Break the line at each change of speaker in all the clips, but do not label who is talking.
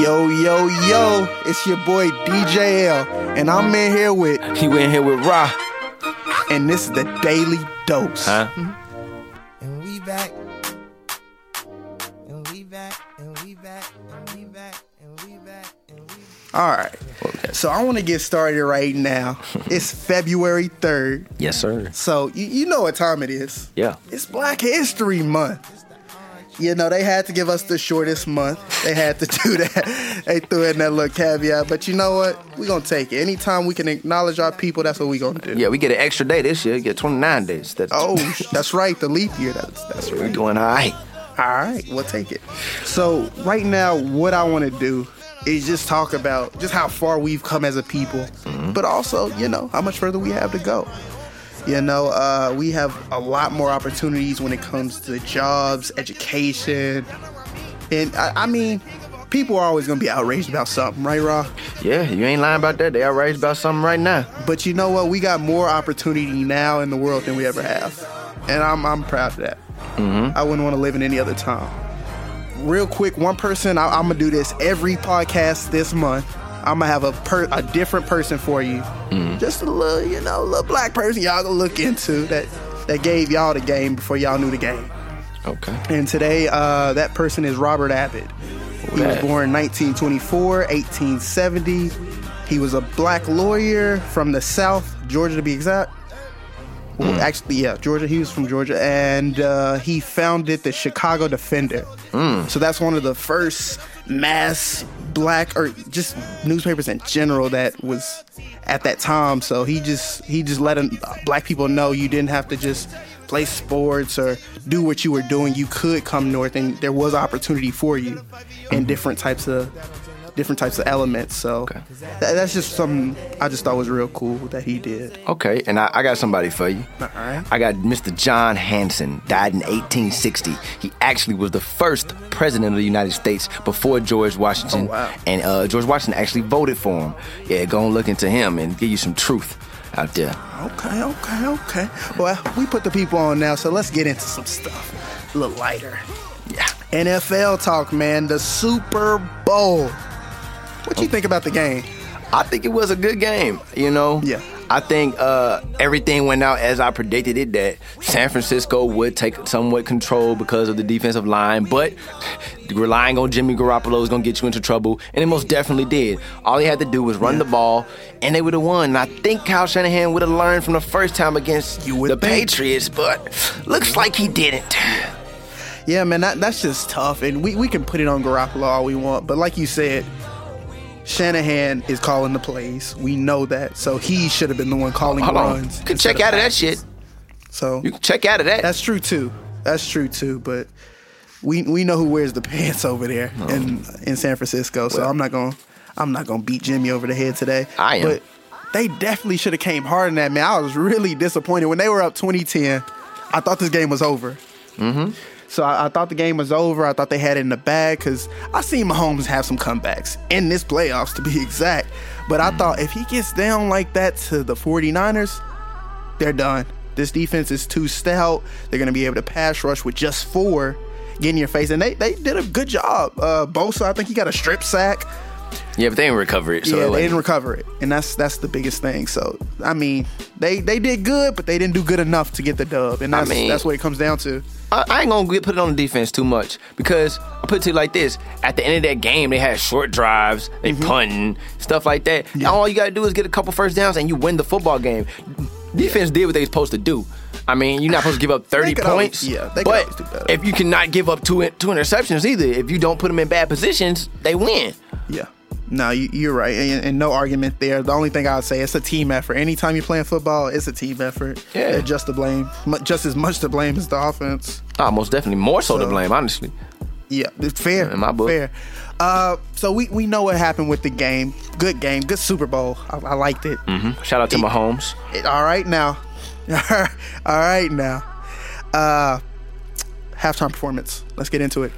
Yo, yo, yo, it's your boy DJL, and I'm in here with,
He went here with Ra.
and this is the Daily Dose.
Huh?
And we back. And we back. And we back. And we back. And we back. And we
All right.
Okay.
So I want to get started right now. it's February 3rd,
Yes, sir.
so you, you know what time it is.
Yeah.
It's Black History Month. You know, they had to give us the shortest month. They had to do that. they threw in that little caveat. But you know what? We're going to take it. Anytime we can acknowledge our people, that's what we're going to do.
Yeah, we get an extra day this year. We get 29 days. That's,
Oh, that's right. The leap year. That's, that's right.
we're doing all right.
All right, we'll take it. So right now, what I want to do is just talk about just how far we've come as a people, but also, you know, how much further we have to go. You know, uh, we have a lot more opportunities when it comes to jobs, education, and I, I mean, people are always gonna be outraged about something, right, Ra?
Yeah, you ain't lying about that. They outraged about something right now.
But you know what? We got more opportunity now in the world than we ever have. And I'm, I'm proud of that. I wouldn't want to live in any other time. Real quick, one person, I, I'm going to do this every podcast this month. I'm gonna have a per, a different person for you, just a little, you know, a little black person y'all gonna look into that that gave y'all the game before y'all knew the game.
Okay.
And today, uh, that person is Robert Abbott. He was
that?
born 1924, 1870. He was a black lawyer from the South, Georgia to be exact. Well, Actually, yeah, Georgia. He was from Georgia, and uh, he founded the Chicago Defender. So that's one of the first mass black or just newspapers in general that was at that time. So he just he just letting black people know you didn't have to just play sports or do what you were doing. You could come north, and there was opportunity for you in different types of different types of elements. So that, that's just something I just thought was real cool that he did.
Okay, and I, I got somebody for you.
All right.
I got Mr. John Hanson, died in 1860. He actually was the first president of the United States before George Washington.
Oh, wow.
And uh, George Washington actually voted for him. Yeah, go and look into him and give you some truth out there.
Okay, okay, okay. Well, we put the people on now, so let's get into some stuff. A little lighter.
Yeah.
NFL talk, man. The Super Bowl. What
Oh.
you think about the game?
I think it was a good game, you know?
Yeah.
I think uh, everything went out as I predicted it that San Francisco would take somewhat control because of the defensive line, but relying on Jimmy Garoppolo is going to get you into trouble, and it most definitely did. All he had to do was run the ball, and they would have won. And I think Kyle Shanahan would have learned from the first time against
You would
the
think.
Patriots, but looks like he didn't.
Yeah, man, that, that's just tough. And we, we can put it on Garoppolo all we want, but like you said, Shanahan is calling the plays. We know that. So he should have been the one calling
Hold on.
runs.
You can
instead
check out of that
passes.
shit.
So
You can check out of that.
That's true too. That's true too. But we we know who wears the pants over there
Oh.
in in San Francisco. So I'm not gonna I'm not gonna beat Jimmy over the head today.
I am.
But they definitely should have came hard in that man. I was really disappointed when they were up 2010. I thought this game was over. Mm-hmm. So I, I thought the game was over. I thought they had it in the bag because I seen Mahomes have some comebacks in this playoffs to be exact. But
Mm.
I thought if he gets down like that to the 49ers, they're done. This defense is too stout. They're going to be able to pass rush with just four, get in your face, and they they did a good job. Uh, Bosa, I think he got a strip sack.
yeah, but they didn't recover it. So
yeah,
it
they
wasn't-
didn't recover it, and that's that's the biggest thing. So I mean, they they did good, but they didn't do good enough to get the dub, and
I
that's
mean-
that's what it comes down to.
I, I ain't gonna get, put it on the defense too much because I put it to you like this: at the end of that game, they had short drives, they
Mm-hmm.
punting, stuff like that. All you gotta do is get a couple first downs, and you win the football game. Defense did what they supposed to do. I mean, you're not supposed to give up 30
could always-
points.
yeah, they could always
but
do better.
if you cannot give up two two interceptions either, if you don't put them in bad positions, they win.
Yeah. No, you, you're right, and, and no argument there. The only thing I'd say, it's a team effort. Anytime you're playing football, it's a team effort.
Yeah.
They're just to blame, mu- just as much to blame as the offense.
Oh, most definitely more so, to
So-
blame, honestly.
Yeah, it's fair.
In my book.
fair. Uh, so we, we know what happened with the game. Good game, good Super Bowl. I, I liked hmm? it.
Shout out to Mahomes.
It- All right now, all right now. Uh, halftime performance. Let's get into it.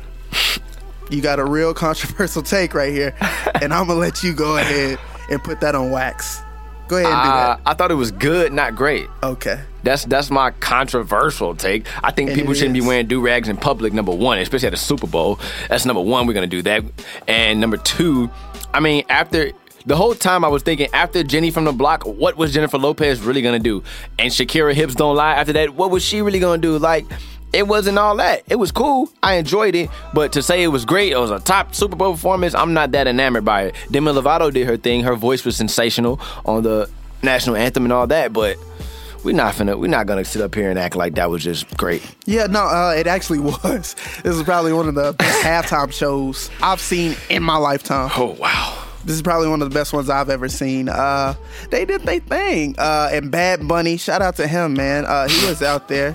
You got a real controversial take right here, and I'm gonna let you go ahead and put that on wax. Go ahead and do
Uh,
that.
I thought it was good, not great.
Okay.
That's that's my controversial take. I think
And
people
it
shouldn't
is.
be wearing do rags in public. Number one, especially at a Super Bowl. That's number one. We're gonna do that. And number two, I mean, after the whole time I was thinking, after Jenny from the Block, what was Jennifer Lopez really gonna do? And Shakira hips don't lie. After that, what was she really gonna do? Like. It wasn't all that. It was cool. I enjoyed it, but to say it was great, it was a top Super Bowl performance. I'm not that enamored by it. Demi Lovato did her thing. Her voice was sensational on the national anthem and all that, but we're not finna, we're not gonna sit up here and act like that was just great.
Yeah, no, uh, it actually was. This is probably one of the best halftime shows I've seen in my lifetime.
Oh wow.
This is probably one of the best ones I've ever seen. Uh, they did their thing. Uh, and Bad Bunny, shout out to him, man. Uh, he was out there.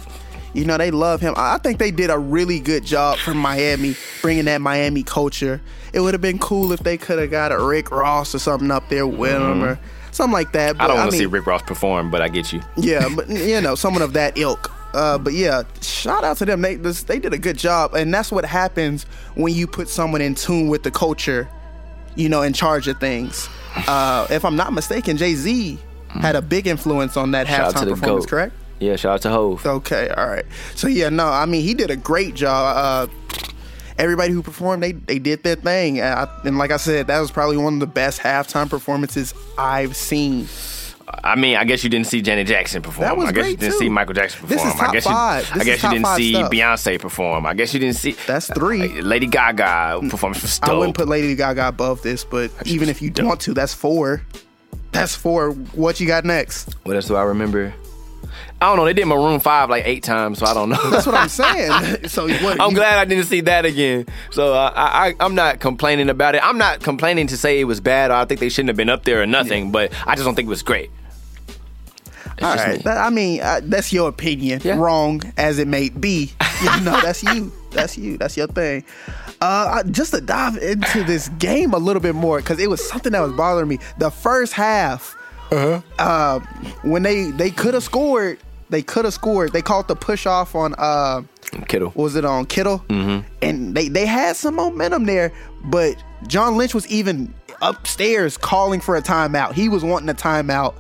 You know, they love him. I I think they did a really good job from Miami, bringing that Miami culture. It would have been cool if they could have got a Rick Ross or something up there with him or something like that. But,
Mm-hmm. I don't want to
mean,
see Rick Ross perform, but I get you.
yeah, but you know, someone of that ilk. Uh, but yeah, shout out to them. They this, they did a good job, and that's what happens when you put someone in tune with the culture, you know, in charge of things. Uh, if I'm not mistaken, Jay Z had a big influence on that
Shout out to
halftime
the
performance,
goat.
correct?
Yeah, shout out to Hove.
Okay, all right. So yeah, no, I mean he did a great job. Uh, everybody who performed, they they did their thing, uh, and like I said, that was probably one of the best halftime performances I've seen.
I mean, I guess you didn't see Janet Jackson perform.
That was
I guess you
great,
didn't
too.
see Michael Jackson perform.
This is top
I guess
five.
you,
This
I
is
guess you
top
didn't
five
see
stuff.
Beyonce perform. I guess you didn't see
That's three.
uh, Lady Gaga perform. She was
I
dope.
wouldn't put Lady Gaga above this, but even if you want to, that's four. That's four. What you got next?
what else do I remember? I don't know. They did Maroon Five like eight times, so I don't know.
That's what I'm saying. so what?
I'm
you-
glad I didn't see that again. So uh, I, I, I'm not complaining about it. I'm not complaining to say it was bad or I think they shouldn't have been up there or nothing, but I just don't think it was great. It's
All
just
right.
me.
That- I mean, uh, that's your opinion,
Yeah.
wrong as it may be. You know, that's you. That's you. That's your thing. Uh, I- just to dive into this game a little bit more, because it was something that was bothering me. The first half,
Uh-huh.
uh, when they they could have scored, they could have scored. They called the push off on. Uh,
Kittle.
was it on Kittle? Mm-hmm. And they, they had some momentum there, but John Lynch was even upstairs calling for a timeout. He was wanting a timeout,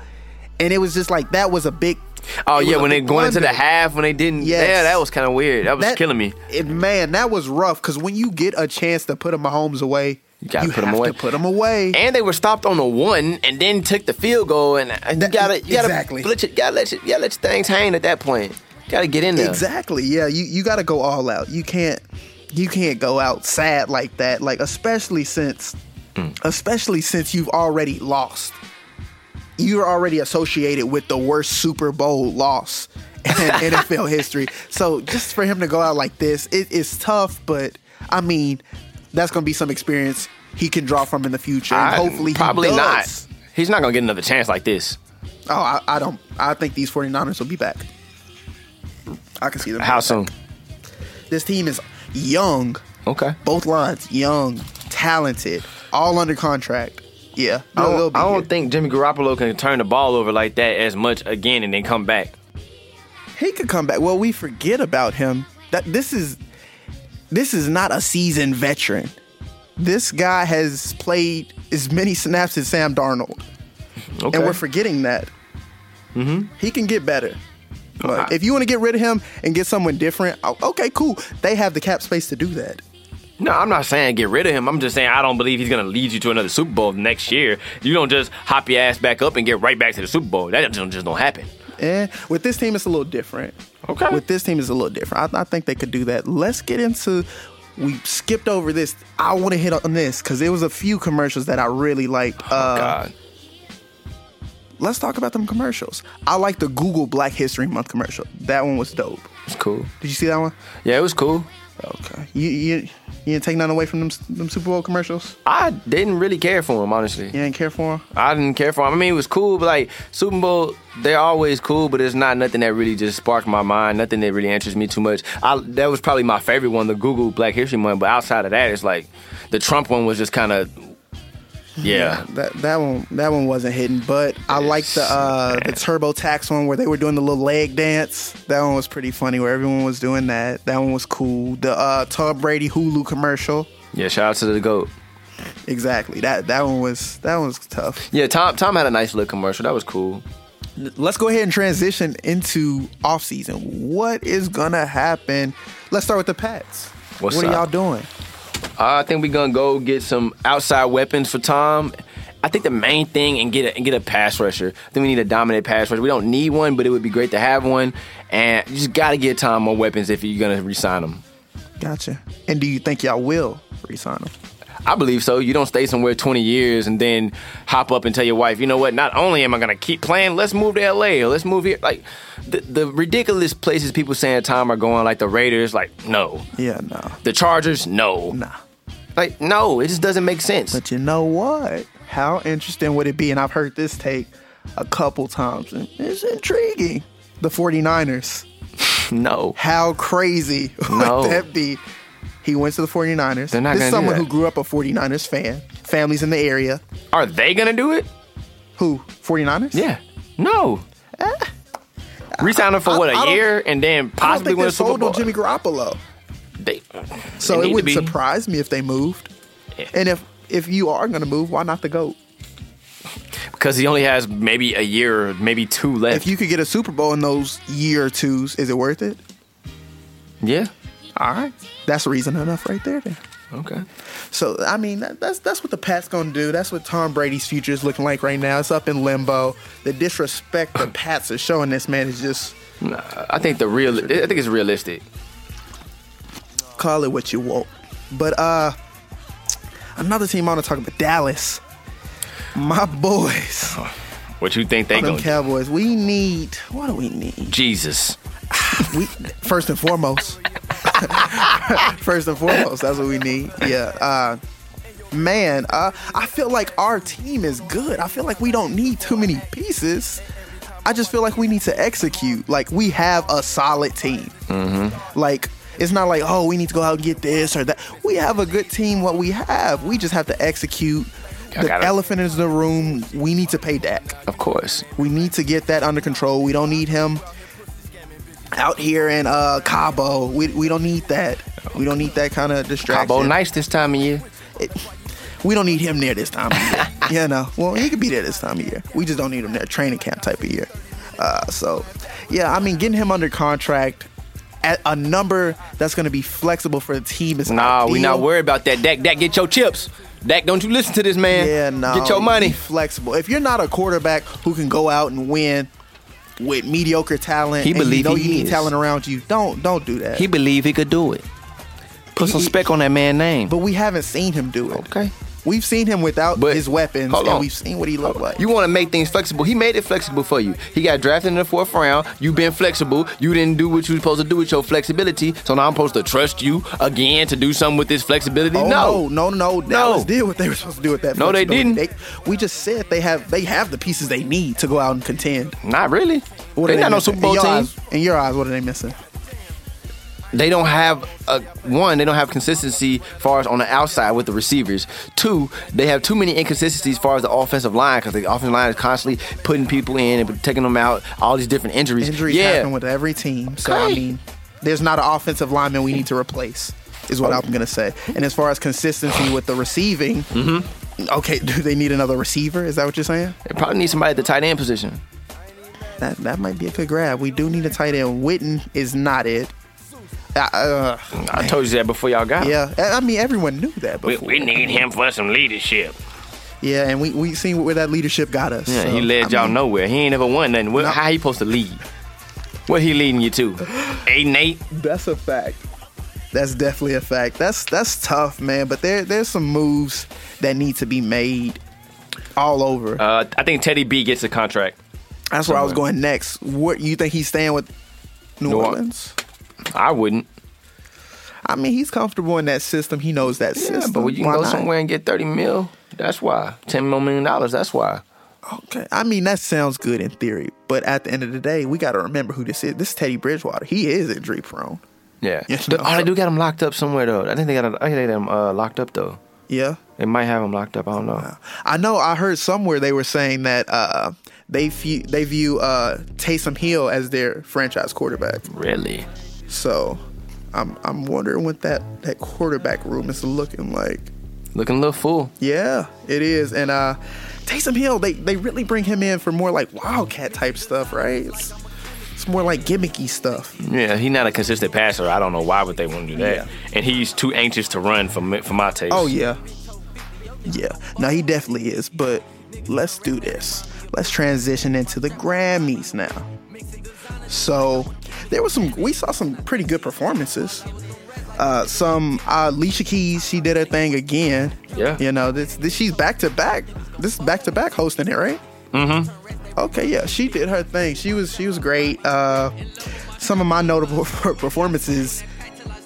and it was just like that was a big. it
Oh,
was
yeah,
a
when they
big
going into the
blunder.
half, when they didn't.
Yes.
Yeah, that was kind of weird. That was
That-
killing me.
It, man, that was rough because when you get a chance to put a Mahomes away, you,
gotta put him
have
away.
to put him away.
And they were stopped on the one and then took the field goal. And and you
That-
gotta, you gotta,
exactly.
let your, gotta, let your, you gotta let your things hang at that point. You gotta get in there.
Exactly. Yeah, you you got to go all out. You can't you can't go out sad like that. Like especially since
Mm.
especially since you've already lost. You're already associated with the worst Super Bowl loss in NFL history. So just for him to go out like this, it is tough, but I mean, that's going to be some experience he can draw from in the future. And
I-
hopefully he
Probably
does.
not. He's not gonna get another chance like this.
Oh, I, I don't I think these 49ers will be back. I can see them.
How soon?
This team is young.
Okay.
Both lines, young, talented, all under contract. Yeah,
I
they'll
don't,
be
I don't
here.
think Jimmy Garoppolo can turn the ball over like that as much again and then come back.
he could come back. Well, we forget about him. That this is this is not a seasoned veteran. This guy has played as many snaps as Sam Darnold,
Okay.
and we're forgetting that. Mm-hmm. He can get better. But if you want to get rid of him and get someone different, oh, okay, cool. They have the cap space to do that.
no, I'm not saying get rid of him. I'm just saying I don't believe he's going to lead you to another Super Bowl next year. You don't just hop your ass back up and get right back to the Super Bowl. That just, just don't happen.
And Eh, with this team, it's a little different.
Okay.
With this team, it's a little different. I, I think they could do that. Let's get into. We skipped over this. I want to hit on this because there was a few commercials that I really liked. Uh,
Oh, God.
Let's talk about them commercials. I like the Google Black History Month commercial. That one was dope.
It's cool.
Did you see that one?
Yeah, it was cool.
Okay. You you, you didn't take nothing away from them them Super Bowl commercials.
I didn't really care for him, honestly.
You didn't care for them.
I didn't care for him. I mean, it was cool, but like Super Bowl, they're always cool, but it's not nothing that really just sparked my mind. Nothing that really interests me too much. I, that was probably my favorite one, the Google Black History Month. But outside of that, it's like the Trump one was just kind of, yeah.
That that one that one wasn't hidden, but I like the uh the TurboTax one where they were doing the little leg dance. That one was pretty funny where everyone was doing that. That one was cool. The uh Tom Brady Hulu commercial.
Yeah, shout out to the GOAT.
Exactly. That that one was that one was tough.
Yeah, Tom Tom had a nice little commercial. That was cool.
Let's go ahead and transition into off season. What is gonna happen? Let's start with the Pats.
What's
what are
up?
y'all doing?
Uh, I think we're gonna go get some outside weapons for Tom. I think the main thing and get a, and get a pass rusher. I think we need a dominant pass rusher. We don't need one, but it would be great to have one. And you just gotta get Tom more weapons if you're gonna resign him.
Gotcha. And do you think y'all will resign him?
I believe so. You don't stay somewhere 20 years and then hop up and tell your wife, you know what? Not only am I gonna keep playing, let's move to LA or let's move here. Like the, the ridiculous places people saying Tom are going, like the Raiders. Like no,
Yeah, no,
the Chargers. No,
nah.
like no, it just doesn't make sense.
But you know what? How interesting would it be? And I've heard this take a couple times, and it's intriguing. The 49ers.
No,
How crazy would
No.
that be? He went to the 49ers.
They're not
this is
gonna do
someone
that.
who grew up a 49ers fan. Families in the area.
are they gonna do it?
Who? 49ers?
Yeah. No. Resign him for
Eh. I-
what
I
a
don't-
year and then
I don't
possibly
think
win
they're
a Super
sold
Bowl.
on Jimmy Garoppolo.
They-
So it
they need to
wouldn't
be.
surprise me if they moved.
Yeah.
And if if you are going to move, why not the GOAT?
because he only has maybe a year, or maybe two
If
left.
you could get a Super Bowl in those year or twos, is it worth it?
yeah.
All right. That's reason enough right there then.
Okay.
So I mean that, that's that's what the Pats gonna do. That's what Tom Brady's future is looking like right now. It's up in limbo. The disrespect the Pats are showing this man is just
Nah, I think the real. I think it's realistic.
call it what you want. But uh another team I wanna talk about, Dallas. My boys.
What you think they
Them
gonna? do?
Cowboys. We need what do we need?
Jesus.
We first and foremost. first and foremost, that's what we need. Yeah. Uh man, uh I feel like our team is good. I feel like we don't need too many pieces. I just feel like we need to execute. Like we have a solid team. Like it's not like oh we need to go out and get this or that. We have a good team. What we have, we just have to execute.
I
The
gotta-
elephant is in the room. We need to pay Dak.
Of course.
We need to get that under control. We don't need him out here in uh, Cabo. We, we don't need that. We don't need that kind of distraction.
Cabo nice this time of year.
We don't need him there this time of year. you know, well, he could be there this time of year. We just don't need him there. Training camp type of year. Uh, so, yeah, I mean, getting him under contract at a number that's going to be flexible for the team is
Nah, we not
ideal.
worried about that. Dak, Dak, get your chips. Dak, don't you listen to this man.
Yeah, no.
Get your
Be
money.
flexible. If you're not a quarterback who can go out and win with mediocre talent,
He
and you
believe
know
he
you need
is.
talent around you. Don't don't do that.
He believe he could do it. Put some
He-
spec on that man name.
but we haven't seen him do it.
Okay.
We've seen him without
But-
his weapons,
hold
and
on.
we've seen what he looked like.
You want to make things flexible. He made it flexible for you. He got drafted in the fourth round. you been flexible. You didn't do what you were supposed to do with your flexibility. So now I'm supposed to trust you again to do something with this flexibility.
Oh,
no.
no, no, no! Dallas did what they were supposed to do with that.
No, they
flexibility.
didn't.
They- we just said they have they have the pieces they need to go out and contend.
Not really.
What are
they not no
missing?
Super Bowl
in
team.
your Eyes, in your eyes, what are they missing?
They don't have a one. They don't have consistency far as on the outside with the receivers. Two, they have too many inconsistencies far as the offensive line because the offensive line is constantly putting people in and taking them out. All these different injuries.
Injuries
yeah.
happen with every team. So I
Okay.
mean, there's not an offensive lineman we need to replace. Is what I'm gonna say. And as far as consistency with the receiving,
Mm-hmm.
okay, do they need another receiver? Is that what you're saying?
They probably need somebody at the tight end position.
That that might be a good grab. We do need a tight end. Witten is not it. Uh, uh,
I told you that before y'all got. him.
yeah, I I mean everyone knew that.
We,
Before.
we need him for some leadership.
Yeah, and we we seen where that leadership got us.
Yeah,
so,
he led
I
y'all
mean,
nowhere. He ain't ever won nothing. What,
No.
How he supposed to lead? What he leading you to? Eight and eight.
That's a fact. That's definitely a fact. That's that's tough, man. But there there's some moves that need to be made all over.
Uh, I think Teddy B gets a contract.
That's where I was
somewhere.
going next. What you think he's staying with New,
New Or-
Orleans?
I wouldn't.
I mean, he's comfortable in that system. He knows that
Yeah,
system.
but when you can
Why
go
not?
somewhere and get thirty mil, that's why. Ten more million dollars, that's why.
Okay. I mean, that sounds good in theory, but at the end of the day, we got to remember who this is. This is Teddy Bridgewater. He is injury prone.
Yeah.
Yes,
The-
no.
oh, they do got him locked up somewhere though. I think they got. him- I think they got him uh, locked up though.
Yeah.
They might have him locked up. I don't know.
I know I heard somewhere they were saying that uh, they view, they view uh, Taysom Hill as their franchise quarterback.
Really?
So I'm I'm wondering what that, that quarterback room is looking like.
Looking a little fool.
Yeah, it is. And uh Taysom Hill, they they really bring him in for more like wildcat type stuff, right? It's, it's more like gimmicky stuff.
Yeah, he's not a consistent passer. I don't know why would they want to do that.
Yeah.
And he's too anxious to run for me, for my taste.
Oh yeah. Yeah. Now he definitely is, but let's do this. Let's transition into the Grammys now. So there was some we saw some pretty good performances. Uh, some uh, Alicia Keys, she did her thing again.
Yeah.
You know, this, this she's back to back. This is back to back hosting it, right? Mm-hmm. Okay, yeah, she did her thing. She was she was great. Uh, some of my notable performances,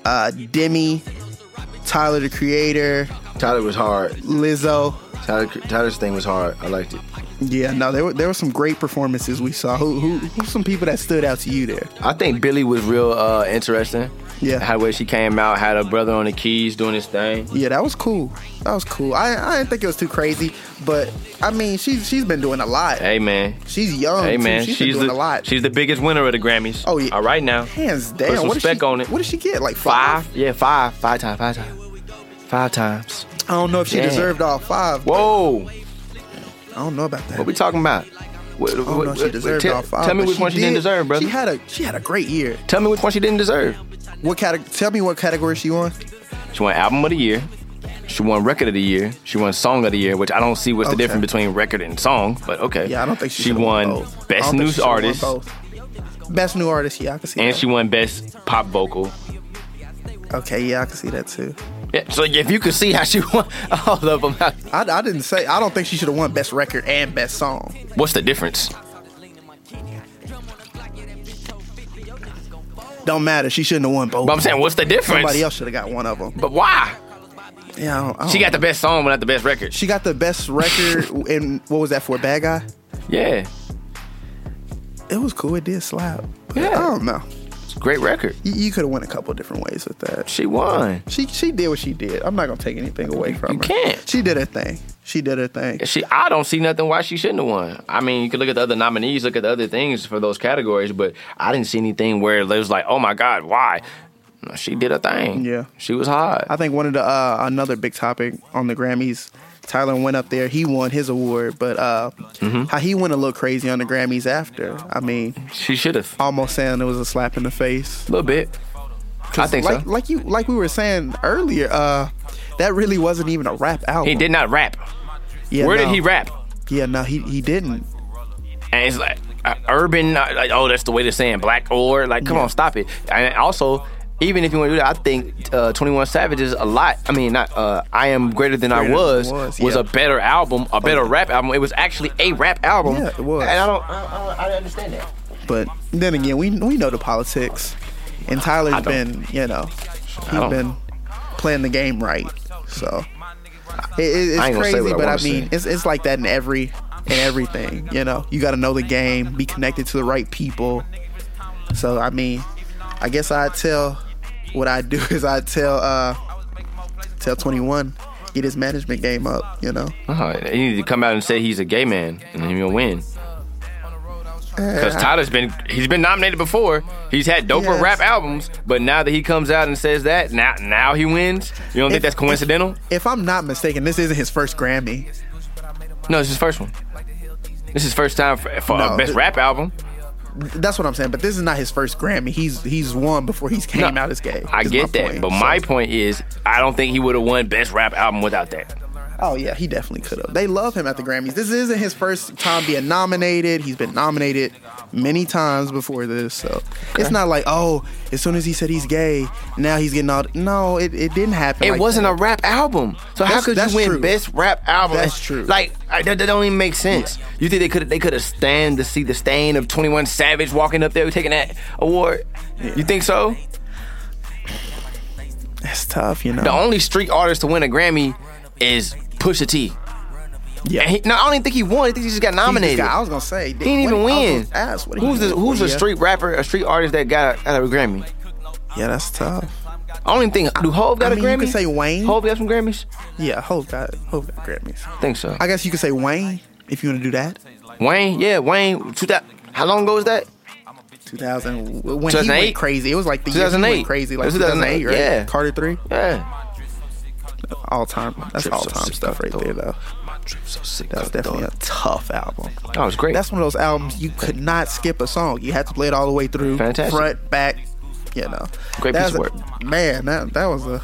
uh, Demi, Tyler the Creator,
Tyler was hard.
Lizzo.
Tyler, Tyler's thing was hard. I liked it.
Yeah, no, there were there were some great performances we saw. Who who who's some people that stood out to you there?
I think Billy was real uh, interesting.
Yeah.
How way she came out, had her brother on the keys doing his thing.
Yeah, that was cool. That was cool. I I didn't think it was too crazy, but I mean she's she's been doing a lot.
Hey man.
She's young.
Hey
Oh, too.
man.
she's,
She's,
been doing
the
a lot.
she's the biggest winner of the Grammys.
Oh, yeah.
All right now.
hands down.
some
what did
spec
she,
on it.
What did she get? Like five?
Five. Yeah, five. Five times. Five times. Five times.
I don't know if she
Yeah.
deserved all five.
Whoa,
I don't know about that.
what we talking about? What,
I don't know if Oh, she deserved
tell,
all five.
tell me
but
which one she
did,
didn't deserve, brother.
She had a she had a great year.
tell me which one she didn't deserve.
What category? Tell me what category she won.
She won album of the year. She won record of the year. She won song of the year, which I don't see what's
Okay.
the difference between record and song, but okay.
Yeah, I don't think she,
she
should've
won
both. I
best
don't
new
think she should've won
artist
both. Best new artist, yeah, I can see
and
that.
she won best pop vocal.
okay, yeah, I can see that too.
Yeah, so if you could see how she won all of them,
I, I didn't say I don't think she should have won best record and best song.
what's the difference?
Don't matter. She shouldn't have won both.
But I'm saying, what's the difference?
Somebody else should have got one of them.
But why?
Yeah, I don't, I don't
She got the best song, but not the best record.
she got the best record and what was that for? Bad guy.
Yeah,
It was cool. It did slap. But
Yeah.
I don't know.
it's a great record.
You, you could have went a couple different ways with that.
She won.
She she did what she did. I'm not gonna take anything away from
you
her.
can't.
She did her thing. She did her thing.
She, I don't see nothing why she shouldn't have won. I mean, you could look at the other nominees, look at the other things for those categories, but I didn't see anything where it was like, oh my god, why? No, she did her thing.
Yeah.
she was hot.
I think one of the uh, another big topic on the Grammys. Tyler went up there. He won his award, but uh,
Mm-hmm.
how he went a little crazy on the Grammys after. I mean,
She should have a
almost saying it was a slap in the face.
little bit. I think
like,
so.
Like you, like we were saying earlier, uh, that really wasn't even a rap album.
He did not rap.
Yeah,
Where
no.
did he rap?
Yeah, no, he he didn't.
And it's like uh, urban. Uh, like, oh, that's the way they're saying black or like. Come on, stop it. And also. Even if you want to do that, I think uh, Twenty One Savage is a lot. I mean, not uh, I am greater than
Greater
I
Than
was
Was,
was,
yeah.
a better album, a better rap album. It was actually a rap album.
Yeah, it was.
And I don't, I, I, don't- I didn't understand that.
But then again, we we know the politics, and Tyler's
I
been
don't.
you know he's
don't.
been playing the game right. So it, it-
I ain't
it's
gonna say
crazy,
what I
but I
wanna
mean
say.
it's it's like that in every in everything. You know, you got to know the game, be connected to the right people. So I mean, I guess I tell what I do is I tell uh tell twenty one get his management game up. You know,
No, he Uh-huh, need to come out and say he's a gay man, and then he'll win. Because Tyler's been he's been nominated before. He's had doper
Yes.
rap albums, but now that he comes out and says that, now now he wins. You don't
If-
think that's coincidental?
if I'm not mistaken, this isn't his first Grammy.
No, it's his first one. This is his first time for, for
No,
a best
th-
rap album.
That's what I'm saying. But this is not his first Grammy. He's he's won before he's came
No,
out as gay.
I
is
get
my
that,
point.
but
So-
my point is, I don't think he would have won best rap album without that.
oh yeah, he definitely could have. They love him at the Grammys. This isn't his first time being nominated. He's been nominated many times before this, so it's not like oh, as soon as he said he's gay, now he's getting all. No, it, it didn't happen.
It
like
wasn't
that.
a rap album, so how
That's-
could you
that's
win
true.
best rap album?
That's true.
Like I, that, that don't even make sense. You think they could they could have stand to see the stain of Twenty One Savage walking up there taking that award? You think so?
That's tough, you know.
The only street artist to win a Grammy is Pusha T.
yeah.
And he, no, I don't even think he won. I think he just got
He just
nominated.
got- I was gonna say
He didn't even win.
Ass, what
who's
he
the, who's a
Yeah.
street rapper, a street artist that got a, got a Grammy?
Yeah, that's tough.
I don't even think do Hove got
I mean,
a Grammy.
you could say Wayne.
Hove got some Grammys.
Yeah, Hope got Hope got Grammys.
I think so.
I guess you could say Wayne if you want to do that.
Wayne, yeah, Wayne. Two thousand. How long ago was that?
2000 when he
2008
went crazy it was like the year he
2008.
went crazy like
It was 2008,
2008 right
yeah.
Carter 3
Yeah.
All time. That's
Trip
all
so
time
sick
stuff
of
right there,
thought.
though.
My trip so sick
That's
of
definitely a
thought.
tough album.
That was great.
That's one of those albums you could not skip a song. You had to play it all the way through,
Fantastic.
front, back. You know,
Great
That
piece
was
of
a- Man, that that was a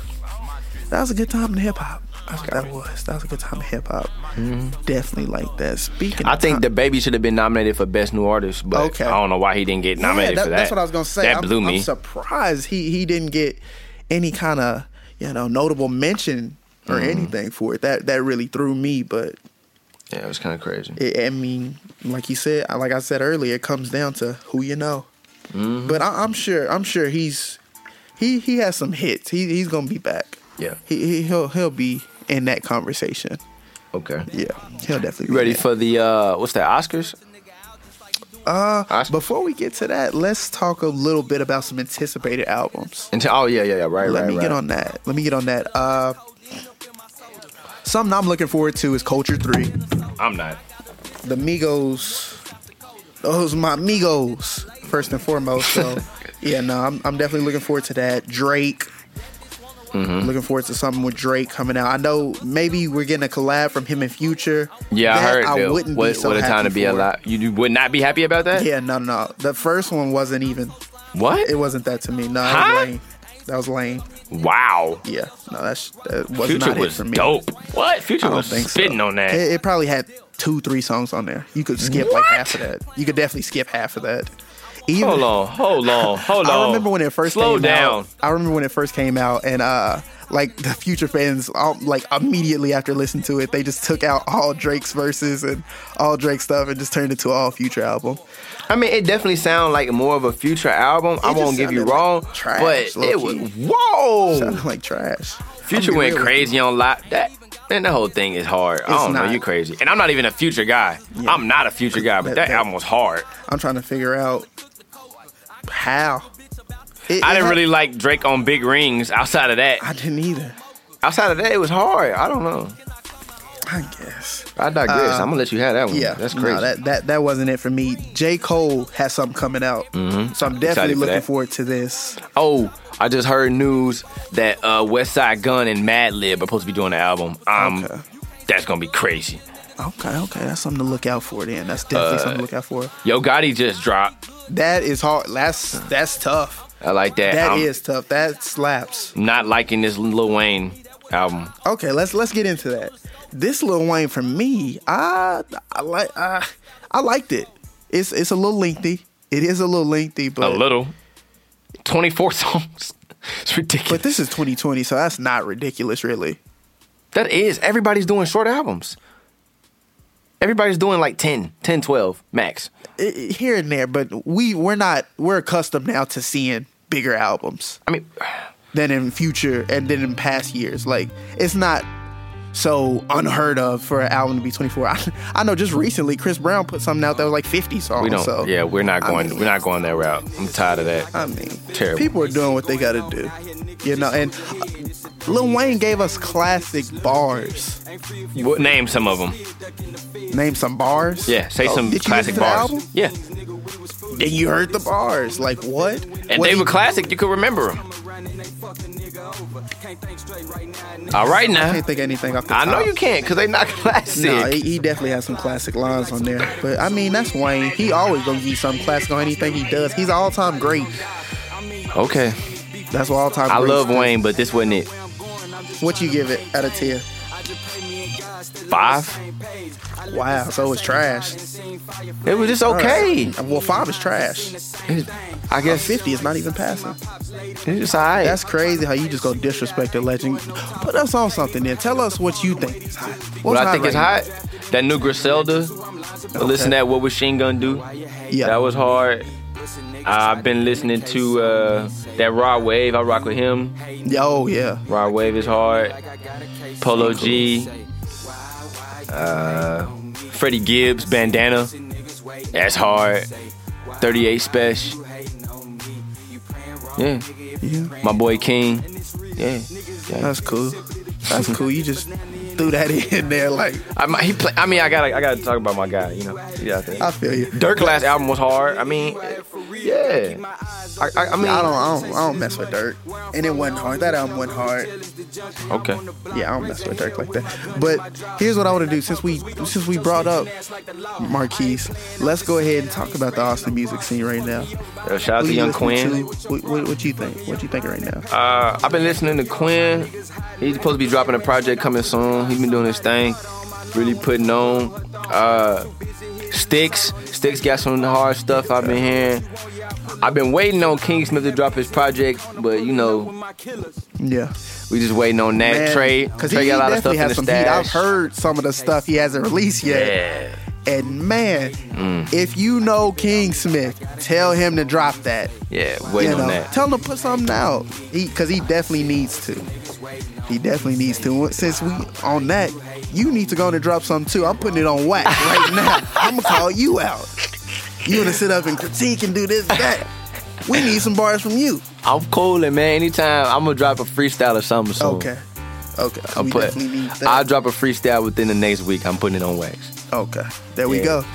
that was a good time in hip hop. That's what that was. That was a good time in hip hop. Definitely like that. Speaking,
Mm-hmm. I
of
think
time-
the baby should have been nominated for best new artist, but
Okay.
I don't know why he didn't get nominated
yeah,
for that.
That's what I was gonna say.
That
I'm,
blew
I'm
me.
surprised he he didn't get any kind of you know notable mention or
Mm.
anything for it. That that really threw me. But
yeah, it was kind of crazy.
it, I mean, like you said, like I said earlier, it comes down to who you know.
Mm-hmm.
But I, I'm sure I'm sure he's he he has some hits. He he's gonna be back.
Yeah.
he, he he'll he'll be in that conversation.
Okay.
Yeah, he'll definitely.
You
be
ready
in that.
for the uh what's that Oscars?
Uh,
Oscar?
before we get to that, let's talk a little bit about some anticipated albums.
Until, oh yeah, yeah, yeah, right,
Let
right,
me
right.
get on that. Let me get on that. Uh, something I'm looking forward to is Culture Three.
I'm not.
The Migos. Those my Migos first and foremost. So yeah, no, I'm, I'm definitely looking forward to that. Drake.
Mm-hmm.
Looking forward to something with Drake coming out. I know maybe we're getting a collab from him in future.
Yeah,
That
I heard. Bill.
wouldn't
what,
be so
what a time
happy
to be
for.
alive. You, you would not be happy about that.
Yeah, no, no, no. The first one wasn't even.
What?
It wasn't that to me. No, that
Huh?
was lame. That was lame.
wow.
Yeah, no, that's that was
Future
not
was
it for me.
dope. What? Future
I don't
was
think so.
spitting on that.
It, it probably had two, three songs on there. You could skip like half of that. You could definitely skip half of that. Even,
hold on, hold on, hold on.
I remember when it first
slow
came
down.
out. I remember when it first came out, and uh, like the Future fans, all, like immediately after listening to it, they just took out all Drake's verses and all Drake stuff and just turned it to all Future album.
I mean, it definitely sounded like more of a future album. I
It just
won't give you
sounded
wrong,
like trash,
but it was
low-key.
whoa.
Sounded like trash. I'ma
Future
be real
went
with you.
crazy on lot that. Man, that whole thing is hard. I
It's
don't know.
not.
You crazy, and I'm not even a future guy. I'm not a future guy,
That-
but that,
that-
album was hard.
I'm trying to figure out how. It-
I
it
didn't
had-
really like Drake on Big Rings. Outside of that,
I didn't either.
outside of that, it was hard. I don't know.
I guess.
I digress.
Um,
I'm gonna let you have that one.
Yeah,
that's
no,
crazy.
that, that that wasn't it for me. J. Cole has something coming out, so I'm definitely
Mm-hmm. for
looking
that.
forward to this.
oh, I just heard news that uh, West Side Gun and Madlib are supposed to be doing the album. Um,
Okay.
that's gonna be crazy.
Okay, okay, that's something to look out for. Then that's
Uh,
definitely something to look out for.
Yo Gotti just dropped.
That is hard. That's that's tough.
I like that.
That is
I'm
tough. That slaps.
Not liking this Lil Wayne album.
Okay, let's let's get into that. This Lil Wayne for me, I I like I, I liked it. It's it's a little lengthy. It is a little lengthy,
A
but
little. 24 songs. It's ridiculous.
but this is 2020, so that's not ridiculous, really.
that is, everybody's doing short albums. Everybody's doing like 10, 10, 12 max.
it, it- here and there, but we we're not we're accustomed now to seeing bigger albums
I mean,
than in future and than in past years. Like it's not so unheard of for an album to be 24. I, I know just recently Chris Brown put something out that was like 50 songs.
we don't.
Oh, So
yeah, we're not
I
going.
mean- uh,
we're not going that route. I'm tired of that.
I mean,
Terrible.
people are doing what they got to do, you know. And uh, Lil Wayne gave us classic bars.
What- name some of them.
Name some bars.
Yeah, say
Oh,
some
did you
classic
listen to the
bars.
album?
Yeah,
And you heard the bars. Like what?
and
What
they
he-
were classic. You could remember them. All right
I
now,
can't think of anything off the
I
top.
know you can't because they not classic.
No, he, he definitely has some classic lines on there. But I mean, that's Wayne. He always gonna give some classic on anything he does. He's all time great.
okay,
That's what all time.
I love Wayne, but this wasn't it.
What you give it out of ten?
Five.
Wow, so it's trash.
It was just
All right.
okay.
Well, five is trash. Uh,
I guess
Fifty is not even passing.
it's just alright.
That's crazy how you just go disrespect the legend. Put us on something then. Tell us what you think is hot. What's
what I think
right
is
now?
hot. That new Griselda. Listen to that What Was Sheen Gun Do?
Yeah.
That was hard. I've been listening to uh, that Rod Wave. I rock with him.
Yo, yeah.
Rod Wave is hard. Polo G. Uh, Freddie Gibbs, Bandana. That's hard. 38 Special. Yeah.
Yeah.
My boy King. Yeah.
That's cool. That's cool. You just threw that in there like
I, might- he play, I mean, I gotta, I gotta talk about my guy. You know. Yeah. I think.
I feel you.
Dirk last album was hard. I mean, Yeah. I, I, I mean,
I don't, I don't, I don't mess with Dirk, and it wasn't hard. That album wasn't hard.
Okay.
Yeah, I don't mess with Dirk like that. But here's what I want to do since we since we brought up Marquise, let's go ahead and talk about the Austin music scene right now.
Uh, shout out
Who
to
you
Young
listening
Quinn.
to? What, what, what you think? What you thinking right now?
Uh, I've been listening to Quinn. He's supposed to be dropping a project coming soon. He's been doing his thing, really putting on. Uh, Sticks, Sticks got some hard stuff I've been hearing. I've been waiting on King Smith to drop his project, but you know
Yeah,
we just waiting on that trade.
because he,
Trey
he
got a lot of stuff
definitely
in the
has some heat. I've
stash.
heard some of the stuff he hasn't released yet.
Yeah. Mm.
And man, if you know King Smith, tell him to drop that.
Yeah,
You
waiting
know,
on that.
tell him to put something out. He because he definitely needs to. He definitely needs to. Since we on that, you need to go on and drop something too. I'm putting it on whack right now. I'm gonna call you out. You wanna sit up and critique and do this and that? We need some bars from you.
I'm cooling, man. Anytime I'm gonna drop a freestyle or something soon.
Okay. Okay.
I'll
we
put.
definitely need that.
I'll drop a freestyle within the next week. I'm putting it on wax.
Okay, there we
Yeah.
go.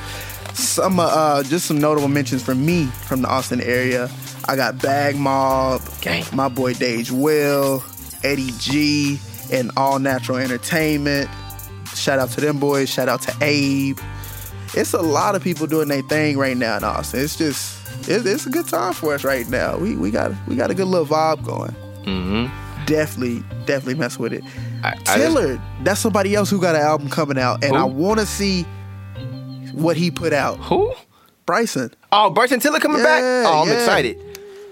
Some uh, uh, just some notable mentions from me from the Austin area. I got Bag Mob,
Gang.
my boy Dage Will, Eddie G, and All Natural Entertainment. Shout out to them boys. Shout out to Abe. It's a lot of people doing their thing right now in Austin. It's just it, it's a good time for us right now. We we got we got a good little vibe going. Mm-hmm. Definitely definitely mess with it.
I- I just-
Tiller, that's somebody else who got an album coming out, and
Who?
I want to see what he put out.
Who?
Bryson,
Oh, Bryson Tiller coming back?
Yeah,
Oh, I'm
yeah.
excited.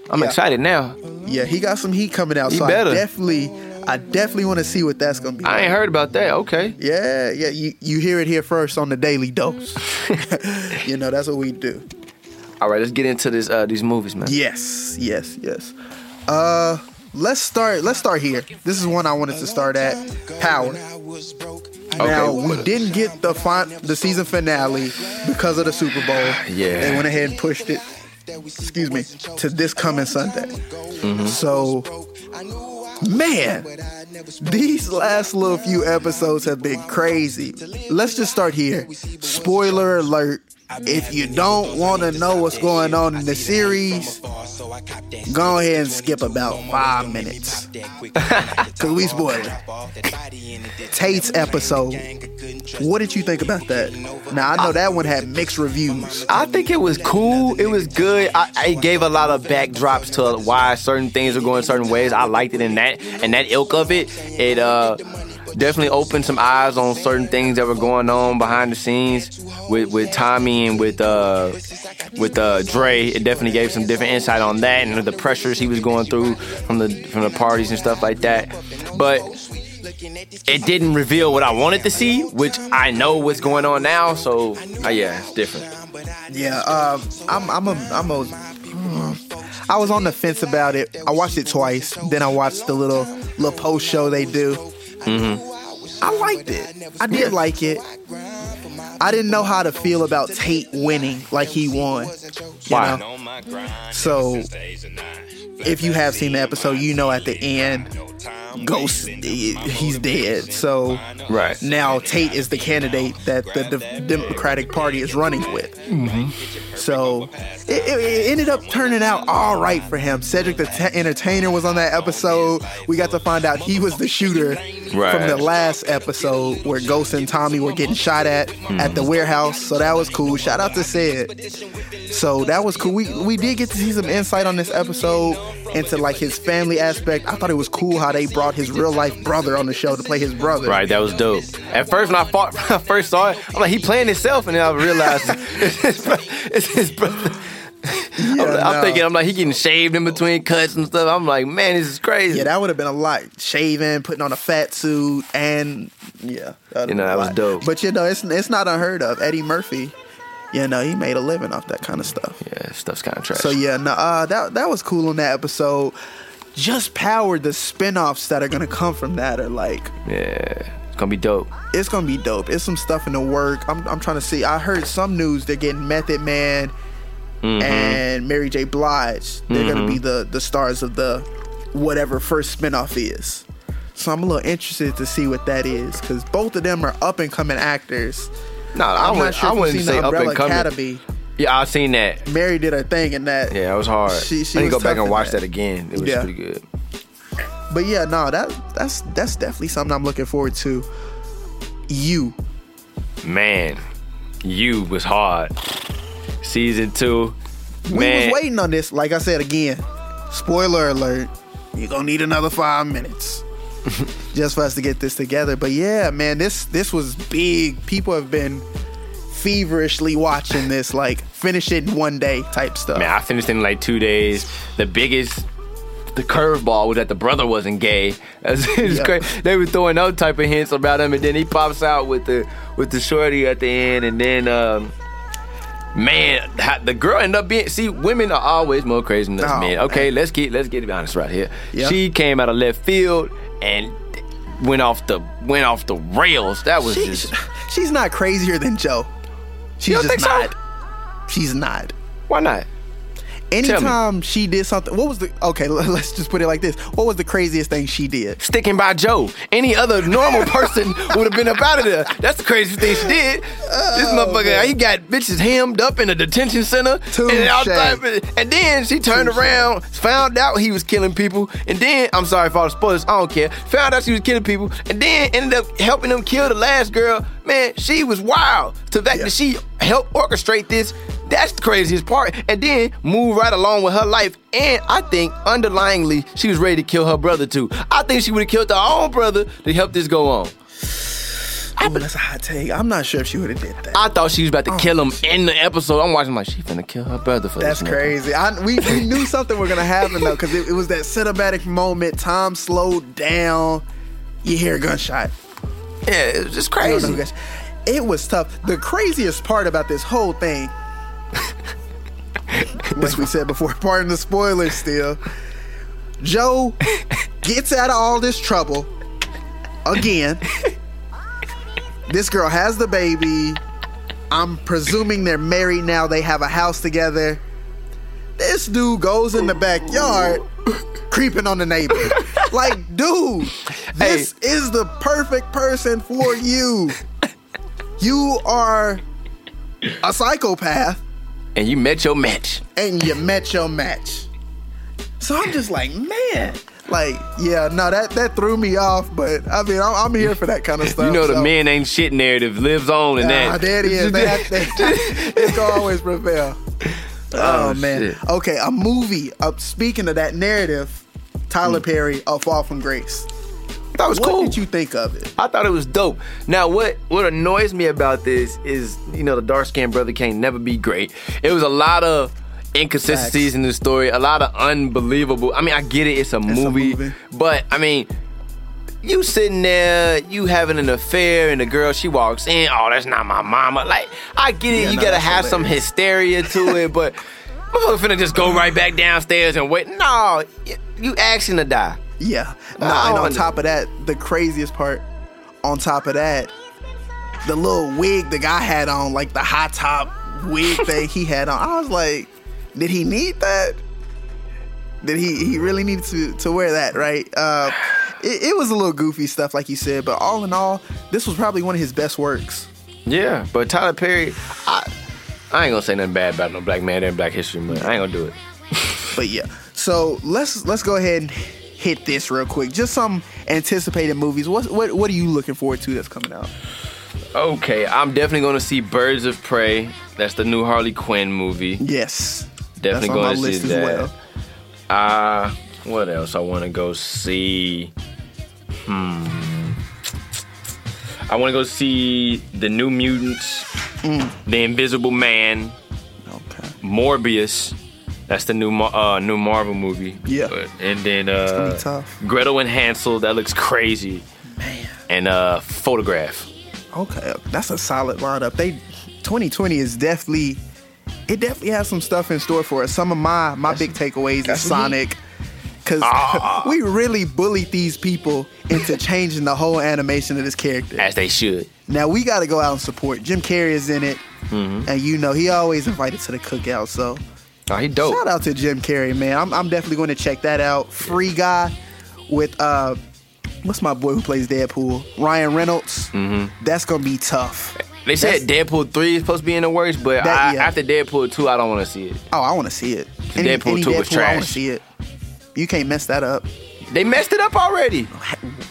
I'm
Yeah.
excited now.
yeah, he got some heat coming out.
He
so
better.
I definitely, I definitely want to see what that's gonna be.
I ain't
like.
heard about that. Okay.
Yeah, yeah, you you hear it here first on the Daily Dose. you know that's what we do.
All right, let's get into this uh these movies, man.
Yes, yes, yes. Uh, let's start. Let's start here. This is one I wanted to start at. Power. Now we didn't get the fin- the season finale because of the Super Bowl.
Yeah.
They went ahead and pushed it. Excuse me to this coming Sunday. So, man, these last little few episodes have been crazy. Let's just start here. Spoiler alert. If you don't want to know what's going on in the series, go ahead and skip about five minutes. Because we spoiled Tate's episode. What did you think about that? Now, I know that one had mixed reviews.
I think it was cool. It was good. I, I gave a lot of backdrops to why certain things are going certain ways. I liked it in that and that ilk of it. It uh definitely opened some eyes on certain things that were going on behind the scenes with with Tommy and with uh with uh Dre. It definitely gave some different insight on that and the pressures he was going through from the from the parties and stuff like that. But it didn't reveal what I wanted to see, which I know what's going on now. So uh, yeah, it's different.
Yeah, um, I'm, I'm a, I'm a, I was on the fence about it. I watched it twice. Then I watched the little, little post show they do. I liked it. I did like it. I didn't know how to feel about Tate winning like he won. You
Why?
know? So, if you have seen the episode, you know at the end, Ghost, he's dead. So,
Right.
now Tate is the candidate that the De- Democratic Party is running with. So it, it, it ended up turning out all right for him. Cedric the T- Entertainer was on that episode. We got to find out he was the shooter from
Right.
the last episode where Ghost and Tommy were getting shot at at the warehouse. So that was cool. Shout out to Sid. So that was cool. We we did get to see some insight on this episode into like his family aspect. I thought it was cool how they brought his real life brother on the show to play his brother.
Right, that was dope. At first, when I, fought, when I first saw it, I'm like, he playing himself, and then I realized it's his, bro- it's his brother. I'm, like- I'm
no.
thinking, I'm like, he getting shaved in between cuts and stuff. I'm like, man, this is crazy.
Yeah, that would have been a lot. Shaving, putting on a fat suit, and yeah, that
You know, that was dope.
But you know, it's it's not unheard of. Eddie Murphy, you know, he made a living off that kind of stuff.
yeah, stuff's kind of trash.
So yeah, no, uh, that that was cool on that episode. Just power the spin-offs that are gonna come from that are like
yeah, it's gonna be dope.
it's gonna be dope. It's some stuff in the work. I'm, I'm trying to see. I heard some news they're getting Method Man
Mm-hmm.
and Mary J. Blige. They're gonna be the the stars of the whatever first spinoff is. So I'm a little interested to see what that is because both of them are up and coming actors.
No,
I'm
I wouldn't.
not sure
I
if you've
wouldn't
seen the
say up
Umbrella
and coming.
Academy.
Yeah, I've seen that.
Mary did her thing in that.
Yeah, it was hard.
She- she
I need to
was
go back
tough
and
in
watch
that.
that. again. It was
Yeah.
pretty good.
But yeah, no, that that's that's definitely something I'm looking forward to. You,
Man, you was hard. Season two.
we
man,
was waiting on this. Like I said again, spoiler alert. You're gonna need another five minutes just for us to get this together. But yeah, man, this this was big. People have been feverishly watching this, like finish it in one day type stuff.
Man, I finished in like two days. The biggest, the curveball was that the brother wasn't gay. That's- it's
Yeah.
cra- They were throwing out type of hints about him, and then he pops out with the with the shorty at the end, and then. um Man, ha- the girl ended up being. See, women are always more crazy than us
Oh,
men. Okay, let's get let's get honest right here.
Yeah.
She came out of left field and went off the went off the rails. That was
She-
just.
she's not crazier than Joe. She's
You don't
just
think so?
not. She's not.
Why not? me.
Anytime she did something, what was the okay? Let's just put it like this. What was the craziest thing she did?
sticking by Joe. Any other normal person would have been up out of there. That's the craziest thing she did. this motherfucker, he got bitches hemmed up in a detention center. And, all
Touche.
type of- and then she turned
Touche.
around, found out he was killing people, and then, I'm sorry for all the spoilers, I don't care, found out she was killing people, and then ended up helping them kill the last girl. Man, she was wild. To the fact that she helped orchestrate this, that's the craziest part. And then move right along with her life. And I think underlyingly, she was ready to kill her brother too. I think she would have killed her own brother to help this go on.
Ooh, that's a hot take. I'm not sure if she would have did that.
I thought she was about to
Oh,
kill him in the episode. I'm watching like she finna kill her brother for
That's
this. nigga.
crazy. I, we, we knew something was gonna happen though, because it, it was that cinematic moment. Time slowed down. You hear a gunshot.
Yeah, it was just
You don't know who
crazy.
gunshot. It was tough. The craziest part about this whole thing, as we said before, pardon the spoilers still. Joe gets out of all this trouble again. This girl has the baby. I'm presuming they're married now. They have a house together. This dude goes in the backyard creeping on the neighbor. Like, dude, this is the perfect person for you. You are a psychopath
And you met your match.
and you met your match. So I'm just like, man, like, yeah, no, that that threw me off, but I mean, I'm, I'm here for that kind of stuff.
You know the
so-
men ain't shit narrative lives on in
Nah,
that.
there it is. They have, they, it's gonna always prevail. Oh,
Oh,
man.
shit.
Okay, a movie. Uh, speaking of that narrative, Tyler Perry, A Fall from Grace.
that was
What
Mm. cool.
did you think of it?
I thought it was dope. Now, what what annoys me about this is, you know, the dark skinned brother can't never be great. It was a lot of inconsistencies
Facts.
in the story, a lot of unbelievable. I mean, I get it, it's a, movie,
movie.
but I mean, you sitting there, you having an affair, and the girl she walks in, oh, that's not my mama. Like, I get it,
Yeah,
you
no,
gotta
that's
have some
hilarious.
hysteria to it, but motherfucker finna just go right back downstairs and wait. No, y- you asking to die.
Yeah.
Nah,
Nah,
I
and
don't
on
under-
top of that, the craziest part, on top of that, the little wig the guy had on, like the high top wig thing he had on. I was like, did he need that? Did he he really need to to wear that, right? Uh, it, it was a little goofy stuff, like you said, but all in all, this was probably one of his best works.
Yeah, but Tyler Perry, I, I ain't gonna say nothing bad about no black man in Black History Month. I ain't gonna do it.
But yeah, so let's let's go ahead and hit this real quick. Just some anticipated movies. What what what are you looking forward to that's coming out?
Okay, I'm definitely gonna see Birds of Prey. That's the new Harley Quinn movie.
Yes,
Definitely
that's on
going
my
to
list
see
as
that.
well.
Uh, what else I want to go see? Hmm. I want to go see the New Mutants,
Mm.
the Invisible Man,
Okay.
Morbius. That's the new Mar- uh, new Marvel movie.
Yeah.
Uh, And then
gonna be
uh,
tough.
Gretel and Hansel. That looks crazy.
Man.
And uh, Photograph.
Okay. That's a solid lineup. They 2020 is definitely it definitely has some stuff in store for us. Some of my my big takeaways is Sonic. Cause
Ah.
we really bullied these people into changing the whole animation of this character.
As they should.
Now we got to go out and support. Jim Carrey is in it, and you know he always invited to the cookout. So
Oh, he dope.
Shout out to Jim Carrey, man. I'm, I'm definitely going to check that out. Free guy with uh,
Mm-hmm.
what's my boy who plays Deadpool? Ryan Reynolds. That's gonna be tough.
They said
That's-
Deadpool three is supposed to be in the works, but
That-
I,
yeah.
after Deadpool two, I don't want to see it.
Oh, I want to see it.
Deadpool 2 was
I want
trash.
to see it. You can't mess that up.
They messed it up already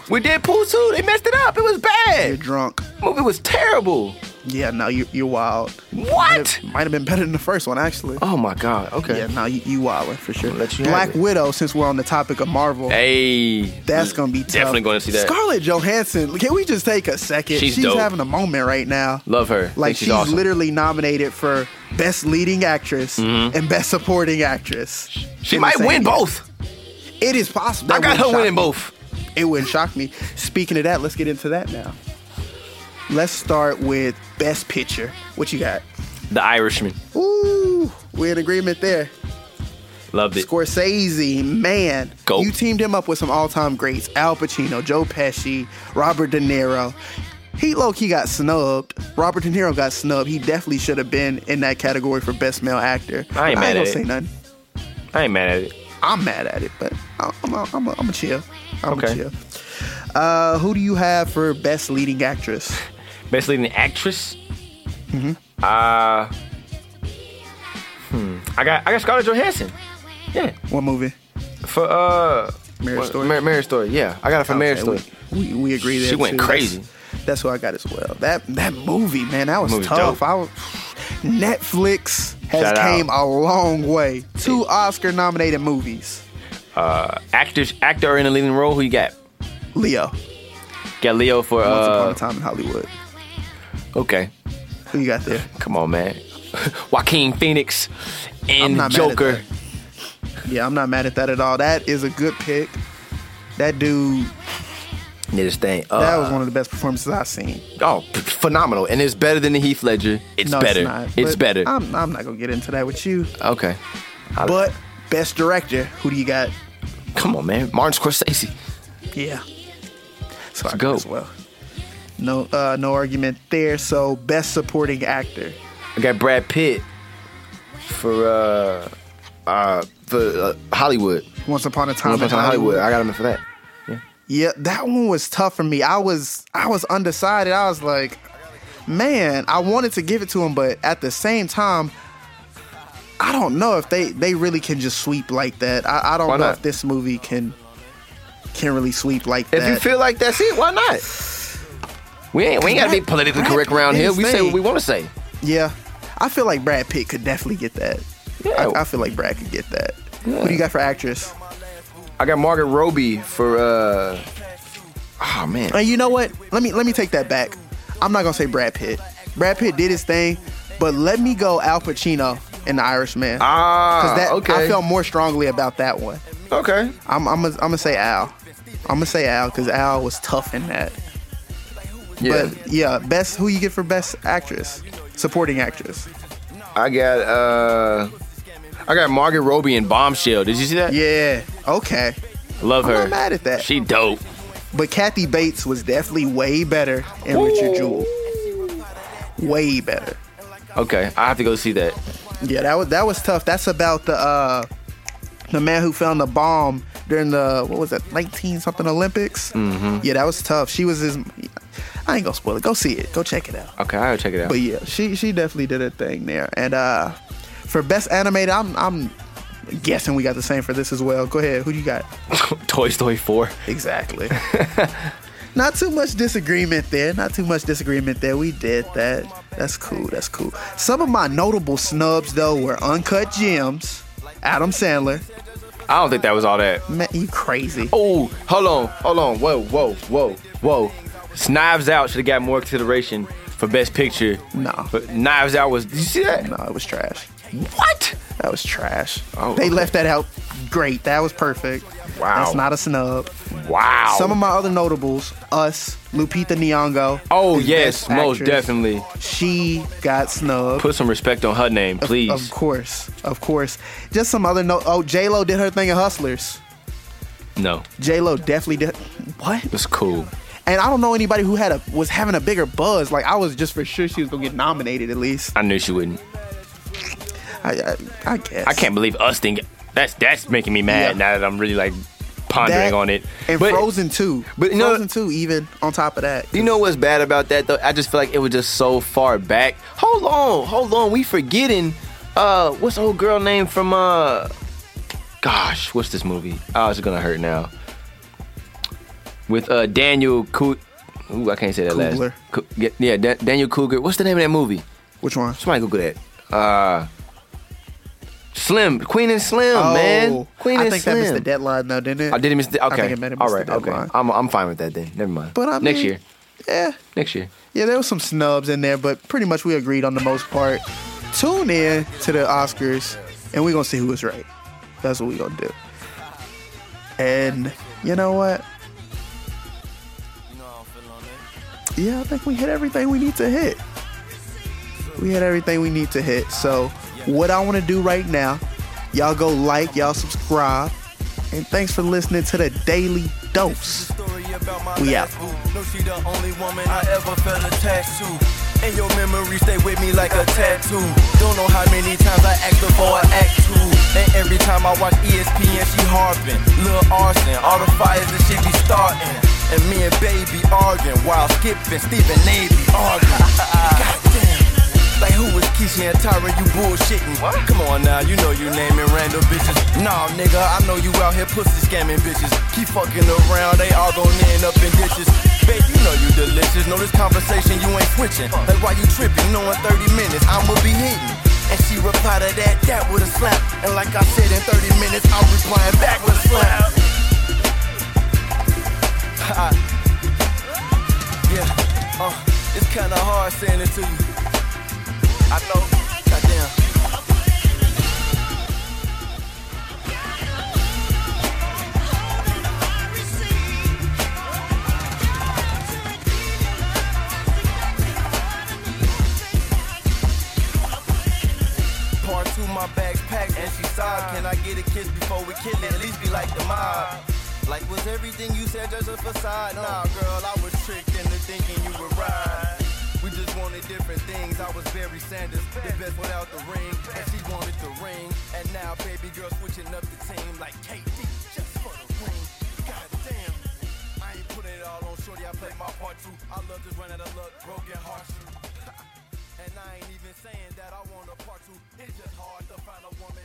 with Deadpool two. They messed it up. It was
You're
bad.
drunk.
movie was terrible.
Yeah, no, you, you're wild.
What?
It might have been better than the first one, actually.
Oh my god. Okay.
Yeah, no, you, you wildin' for sure.
let you have
Black
it.
Widow, since we're on the topic of Marvel,
Hey,
that's gonna be tough.
definitely going to see that.
Scarlett Johansson. Can we just take a second?
She's dope.
having a moment right now.
Love her.
Like
Think
she's,
she's, awesome.
literally nominated for best leading actress and best supporting actress.
Mm-hmm. she
In the
might
same
win
year.
both.
It is possible.
I
That
got
wouldn't
her
shock
winning
me.
both.
It wouldn't shock me. Speaking of that, let's get into that now. Let's start with best picture. What you got?
The Irishman.
Ooh, we're in agreement there.
Loved it.
Scorsese, man,
Go.
you teamed him up with some all-time greats: Al Pacino, Joe Pesci, Robert De Niro. He low key got snubbed. Robert De Niro got snubbed. He definitely should have been in that category for best male actor.
I ain't
But I ain't
mad at
gonna say
it.
nothing.
I ain't mad at it.
I'm mad at it, but I'm I'm I'm, I'm a chill. I'm
Okay.
a chill. Uh, who do you have for best leading actress?
Best leading actress.
Mm-hmm.
Uh, hmm. I got I got Scarlett Johansson. Yeah.
What movie?
For uh,
Marriage
what-
Story? Oh,
Mar- marriage story. Yeah, I got it for marriage
Okay,
story.
We, we, we agree there.
She went
too. That's-
crazy.
That's, what I got as well. That that movie, man, that was
movie's
tough.
dope.
I was, Netflix has
Shout out.
came a long way. Two Oscar nominated movies.
Actors, actor in the leading role. Who you got?
Leo,
Got Leo for
Once Upon a
uh.
Time in Hollywood.
Okay,
Who you got there?
come on, man. Joaquin Phoenix
I'm
and
not mad at
Joker.
Yeah, I'm not mad at that at all. That is a good pick. That dude,
Did his thing. Uh,
that was one of the best performances I've seen.
oh, p- phenomenal, and it's better than the Heath Ledger. It's
no,
better.
it's not. but
better.
I'm, I'm not gonna get into that with you.
okay, I-
But best director, who do you got?
come on, man. Martin Scorsese.
Yeah. So I
go.
as well. No, uh, no argument there. So best supporting actor.
I got Brad Pitt for uh uh for uh, Hollywood.
Once upon a time,
Once Upon a Time in Hollywood. I got him for that.
Yeah, that one was tough for me. I was, I was undecided. I was like, man, I wanted to give it to him, but at the same time, I don't know if they they really can just sweep like that. I, I don't
Why
know
not?
if this movie can can really sweep like
If
that.
you feel like that's it, why not? We ain't we ain't gotta be
Brad-
politically
Brad
correct around
did
here.
his
We say what
thing.
we want to say.
yeah, I feel like Brad Pitt could definitely get that.
Yeah.
I, I feel like Brad could get that.
Yeah.
What do you got for actress?
I got Margaret Roby for uh oh man.
And Uh, you know what? Let me let me take that back. I'm not gonna say Brad Pitt. Brad Pitt did his thing, but let me go Al Pacino in The Irishman.
Ah,
that
okay.
I felt more strongly about that one.
okay.
I'm I'm gonna I'm gonna say Al. I'm gonna say Al because Al was tough in that.
Yeah,
But yeah, best who you get for best actress, supporting actress.
I got uh I got Margaret Roby in Bombshell. Did you see that?
Yeah. Okay.
Love
I'm
her.
not mad at that.
She dope.
But Kathy Bates was definitely way better in Richard Jewell. Way better.
Okay, I have to go see that.
Yeah, that was that was tough. That's about the uh the man who found the bomb during the what was that 19 something Olympics. Mm-hmm. Yeah, that was tough. She was his. I ain't gonna spoil it. Go see it. Go check it out.
Okay, I'll check it out.
But yeah, she she definitely did a thing there. And uh for best animated, I'm I'm guessing we got the same for this as well. Go ahead. Who you got?
Toy Story 4.
Exactly. Not too much disagreement there. Not too much disagreement there. We did that. That's cool. That's cool. Some of my notable snubs though were Uncut Gems, Adam Sandler.
I don't think that was all that.
Man, you crazy.
Oh, hold on, hold on. Whoa, whoa, whoa, whoa. It's Knives Out should have got more consideration for Best Picture.
No.
But Knives Out was. Did you see that?
No, it was trash.
What?
That was trash.
Oh,
they
okay.
left that out. Great. That was perfect.
Wow. Oh.
That's not a snub.
Wow.
Some of my other notables, us, Lupita Nyong'o.
oh,
is
yes,
best
most
actress.
definitely.
She got snubbed.
Put some respect on her name,
Of-
please.
Of, course, of course. Just some other note. Oh, J Lo did her thing at Hustlers.
No,
J Lo definitely did. What?
it was cool.
And I don't know anybody who had a was having a bigger buzz. Like I was just for sure she was gonna get nominated at least.
I knew she wouldn't.
I I, I guess.
I can't believe us think that's that's making me mad
Yeah.
now that I'm really like pondering
That
on it.
And
But-
Frozen Two,
but you know-
Frozen Two, even on top of that,
You know what's bad about that though? I just feel like it was just so far back. Hold on, hold on. We forgetting uh what's the old girl name from uh gosh, what's this movie? Oh, it's gonna hurt now. With uh Daniel Coo Ooh, I can't say that
Coogler.
last. Coo- yeah, yeah, Da- Daniel Cougar. What's the name of that movie?
which one?
Somebody Google that. Uh Slim, Queen and Slim, Oh, man. Queen
Oh, I
and
think
Slim.
that missed the deadline though, didn't it?
I didn't miss the.
I
Okay.
think it might have
All
missed
right.
the
okay.
deadline.
I'm, I'm fine with that then. Never mind.
But I
next
mean-
year.
Yeah,
Next year.
yeah. There was some snubs in there, but pretty much we agreed on the most part. Tune in to the Oscars, and we're gonna see who was right. That's what we gonna do. And you know what? Yeah, I think we hit everything we need to hit. We hit everything we need to hit. So, what I want to do right now, y'all go like, y'all subscribe, and thanks for listening to the Daily Dose.
story about my
We
last boo. No, she the only woman I ever felt attached to. And your memories stay with me like a tattoo. Don't know how many times I asked her for an act two. And every time I watch E ESPN, she harping. Lil arson, all the fires that she be starting. And me and baby arguing while skipping. Stephen A be arguing. Goddamn. Like who is Keisha and Tyra? You bullshitting. Come on now, you know you naming random bitches. Nah, nigga, I know you out here pussy scamming bitches. Keep fucking around, they all gon' end up in ditches. Babe, you know you delicious. Know this conversation you ain't switching. Like why you tripping? Knowing 30 minutes I'ma be hitting. And she replied to that, that with a slap. And like I said, in 30 minutes I'll reply back with a slap. yeah, uh, it's kinda hard saying it to you. I know. Goddamn. Part two, my bag's packed and she sobbed. Can I get a kiss before we kill it? At least be like the mob. Like, was everything you said just a facade? Nah, girl, I was tricked into thinking you were right. We just wanted different things. I was Barry Sanders, the best without the ring, and she wanted the ring. And now, baby girl, switching up the team like KD just for the ring. Goddamn, I ain't putting it all on shorty. I played my part too. I love this run out of luck, broken hearts. And I ain't even saying that I want a part two. It's just hard to find a woman.